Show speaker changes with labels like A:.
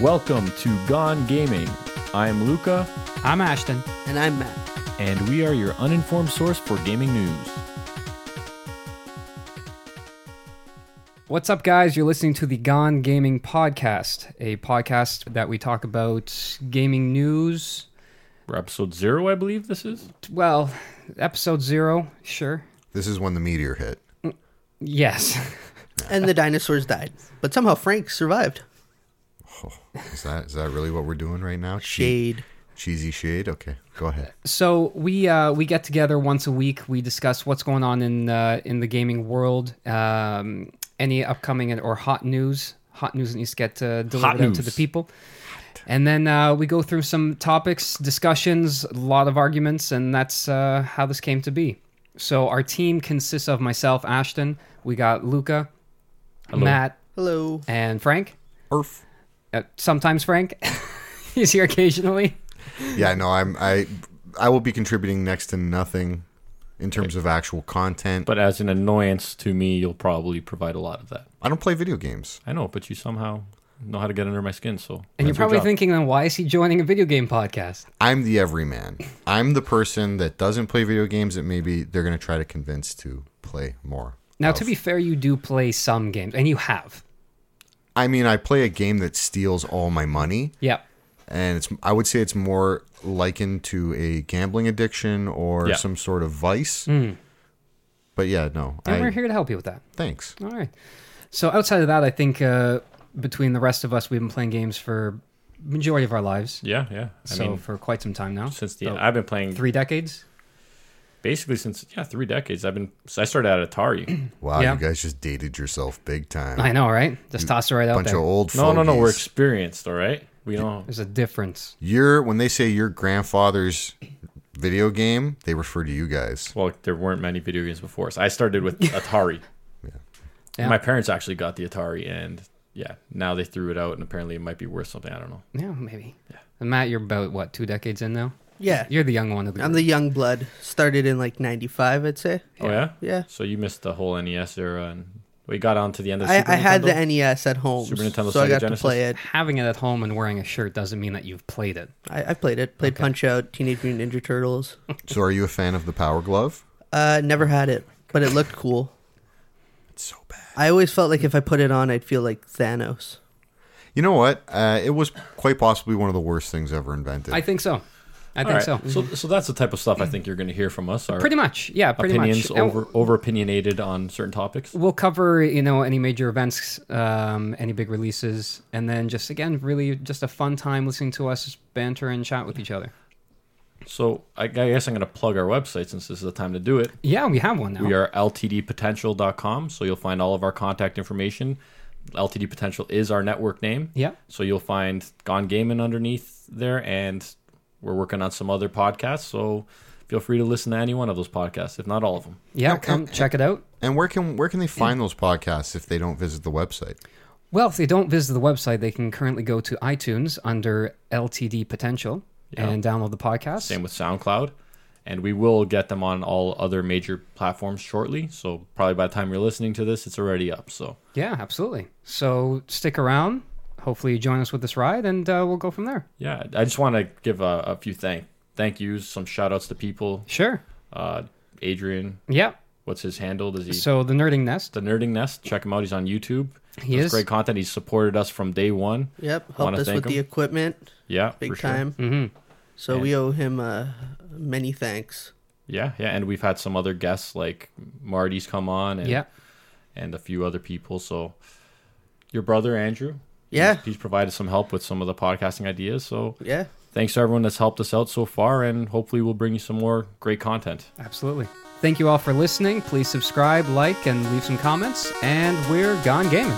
A: Welcome to Gone Gaming. I'm Luca,
B: I'm Ashton.
C: And I'm Matt.
A: and we are your uninformed source for gaming news.
B: What's up, guys? You're listening to the Gone Gaming Podcast, a podcast that we talk about gaming news.
A: We're episode zero, I believe this is.
B: Well, episode zero, sure.
D: This is when the meteor hit.
B: Yes.
C: And the dinosaurs died. But somehow Frank survived.
D: Is that is that really what we're doing right now? Che-
C: Shade.
D: cheesy shade. Okay, go ahead.
B: So we uh, we get together once a week. We discuss what's going on in uh, in the gaming world, um, any upcoming and- or hot news. Hot news needs to get uh, delivered out to
A: news.
B: the people. And then uh, we go through some topics, discussions, a lot of arguments, and that's uh, how this came to be. So our team consists of myself, Ashton. We got Luca, Matt,
C: Hello.
B: and Frank.
D: Earth.
B: Uh, sometimes Frank. He's here occasionally.
D: Yeah, no, I'm I I will be contributing next to nothing in terms of actual content.
A: But as an annoyance to me, you'll probably provide a lot of that.
D: I don't play video games.
A: I know, but you somehow know how to get under my skin, so.
B: And you're
A: that's your
B: probably
A: job.
B: thinking, then why is he joining a video game podcast?
D: I'm the everyman. I'm the person that doesn't play video games that maybe they're gonna try to convince to play more.
B: Now, to be fair, you do play some games, and you have.
D: I mean, I play a game that steals all my money.
B: Yeah.
D: and it's I would say it's more likened to a gambling addiction or
A: Yeah. Hmm.
D: some sort of vice. But yeah, no.
B: And
D: I-
B: we're here to help you with that.
D: Thanks.
B: All right. So, outside of that, I think uh, between the rest of us, we've been playing games for majority of our lives.
A: Yeah, yeah. I
B: so,
A: mean,
B: for quite some time now.
A: since the.
B: About
A: I've been playing
B: three decades.
A: basically since, yeah, three decades. I've been. I started out at Atari.
D: Wow,
B: Yeah.
D: you guys just dated yourself big time.
B: I know, right?
A: Mm,
B: Just toss it right out
D: Bunch
B: there.
D: of old.
A: no, no, no. We're
D: fogies.
A: experienced, all right? We know.
B: There's a difference.
D: Your when they say your grandfather's video game, they refer to you guys.
A: Well, there weren't many video games before, so I started with Atari.
B: Yeah.
A: My parents actually got the Atari, and yeah, now they threw it out, and apparently it might be worth something. I don't know.
B: Yeah, maybe. And Matt, you're about, what, two decades in now?
C: Yeah.
B: You're the young one of the group.
C: I'm the young blood. Started in like 95, I'd say.
A: Oh yeah,
C: Yeah.
A: So you missed the whole NES era, and we got onto the end of.
C: I,
A: Super
C: I had
A: Nintendo?
C: the NES at home.
A: Super Nintendo,
C: so
A: Sega
C: I got
A: Genesis?
C: to play it.
B: Having it at home and wearing a shirt doesn't mean that you've played it.
C: I, I played it. Played Punch Out, Teenage Mutant Ninja Turtles.
D: So are you a fan of the Power Glove?
C: Uh, never had it, but it looked cool.
D: It's so bad.
C: I always felt like if I put it on, I'd feel like Thanos.
D: You know what? Uh, it was quite possibly one of the worst things ever invented.
B: I think so. I
A: All
B: think E so.
A: right. so. So that's the type of stuff I think you're going to hear from us. Our
B: Pretty much. Yeah, pretty
A: opinions
B: much. And-
A: over over opinionated on certain topics.
B: we'll cover you know any major events um, any big releases and then just again really just a fun time listening to us banter and chat with each other
A: So I, I guess I'm going to plug our website since this is the time to do it.
B: yeah we have one now
A: We are ltdpotential.com, so you'll find all of our contact information. LTD Potential is our network name.
B: yeah
A: So you'll find Gone Gaming underneath there, and we're working on some other podcasts. So feel free to listen to any one of those podcasts, if not all of them.
B: yeah come check it out
D: and where can where can they find those podcasts if they don't visit the website?
B: well if they don't visit the website they can currently go to itunes under ltd potential and download the podcast
A: Same with SoundCloud, and we will get them on all other major platforms shortly. So probably by the time you're listening to this, it's already up. So
B: yeah absolutely so stick around hopefully you join us with this ride and uh, we'll go from there
A: yeah, I just want to give a, a few thank thank yous, some shout outs to people.
B: sure
A: Uh, Adrian,
B: yeah
A: what's his handle? Does he
B: so the nerding nest
A: the Nerding Nest? Check him out. He's on YouTube.
B: He
A: Does
B: is.
A: great content. He's supported us from day one.
C: Yep.
A: Wanna
C: Helped us
A: thank
C: with the
A: him?
C: equipment
A: Yeah,
C: big
A: for sure.
C: time.
B: mm-hmm.
C: So we owe him uh, many thanks.
A: Yeah, yeah, and we've had some other guests like Marty's come on, and
B: yeah
A: and a few other people. So your brother Andrew,
C: Yeah.
A: he's, he's provided some help with some of the podcasting ideas. So
C: Yeah.
A: thanks to everyone that's helped us out so far, and hopefully we'll bring you some more great content.
B: Absolutely. Thank you all for listening. Please subscribe, like, and leave some comments. And we're gone gaming.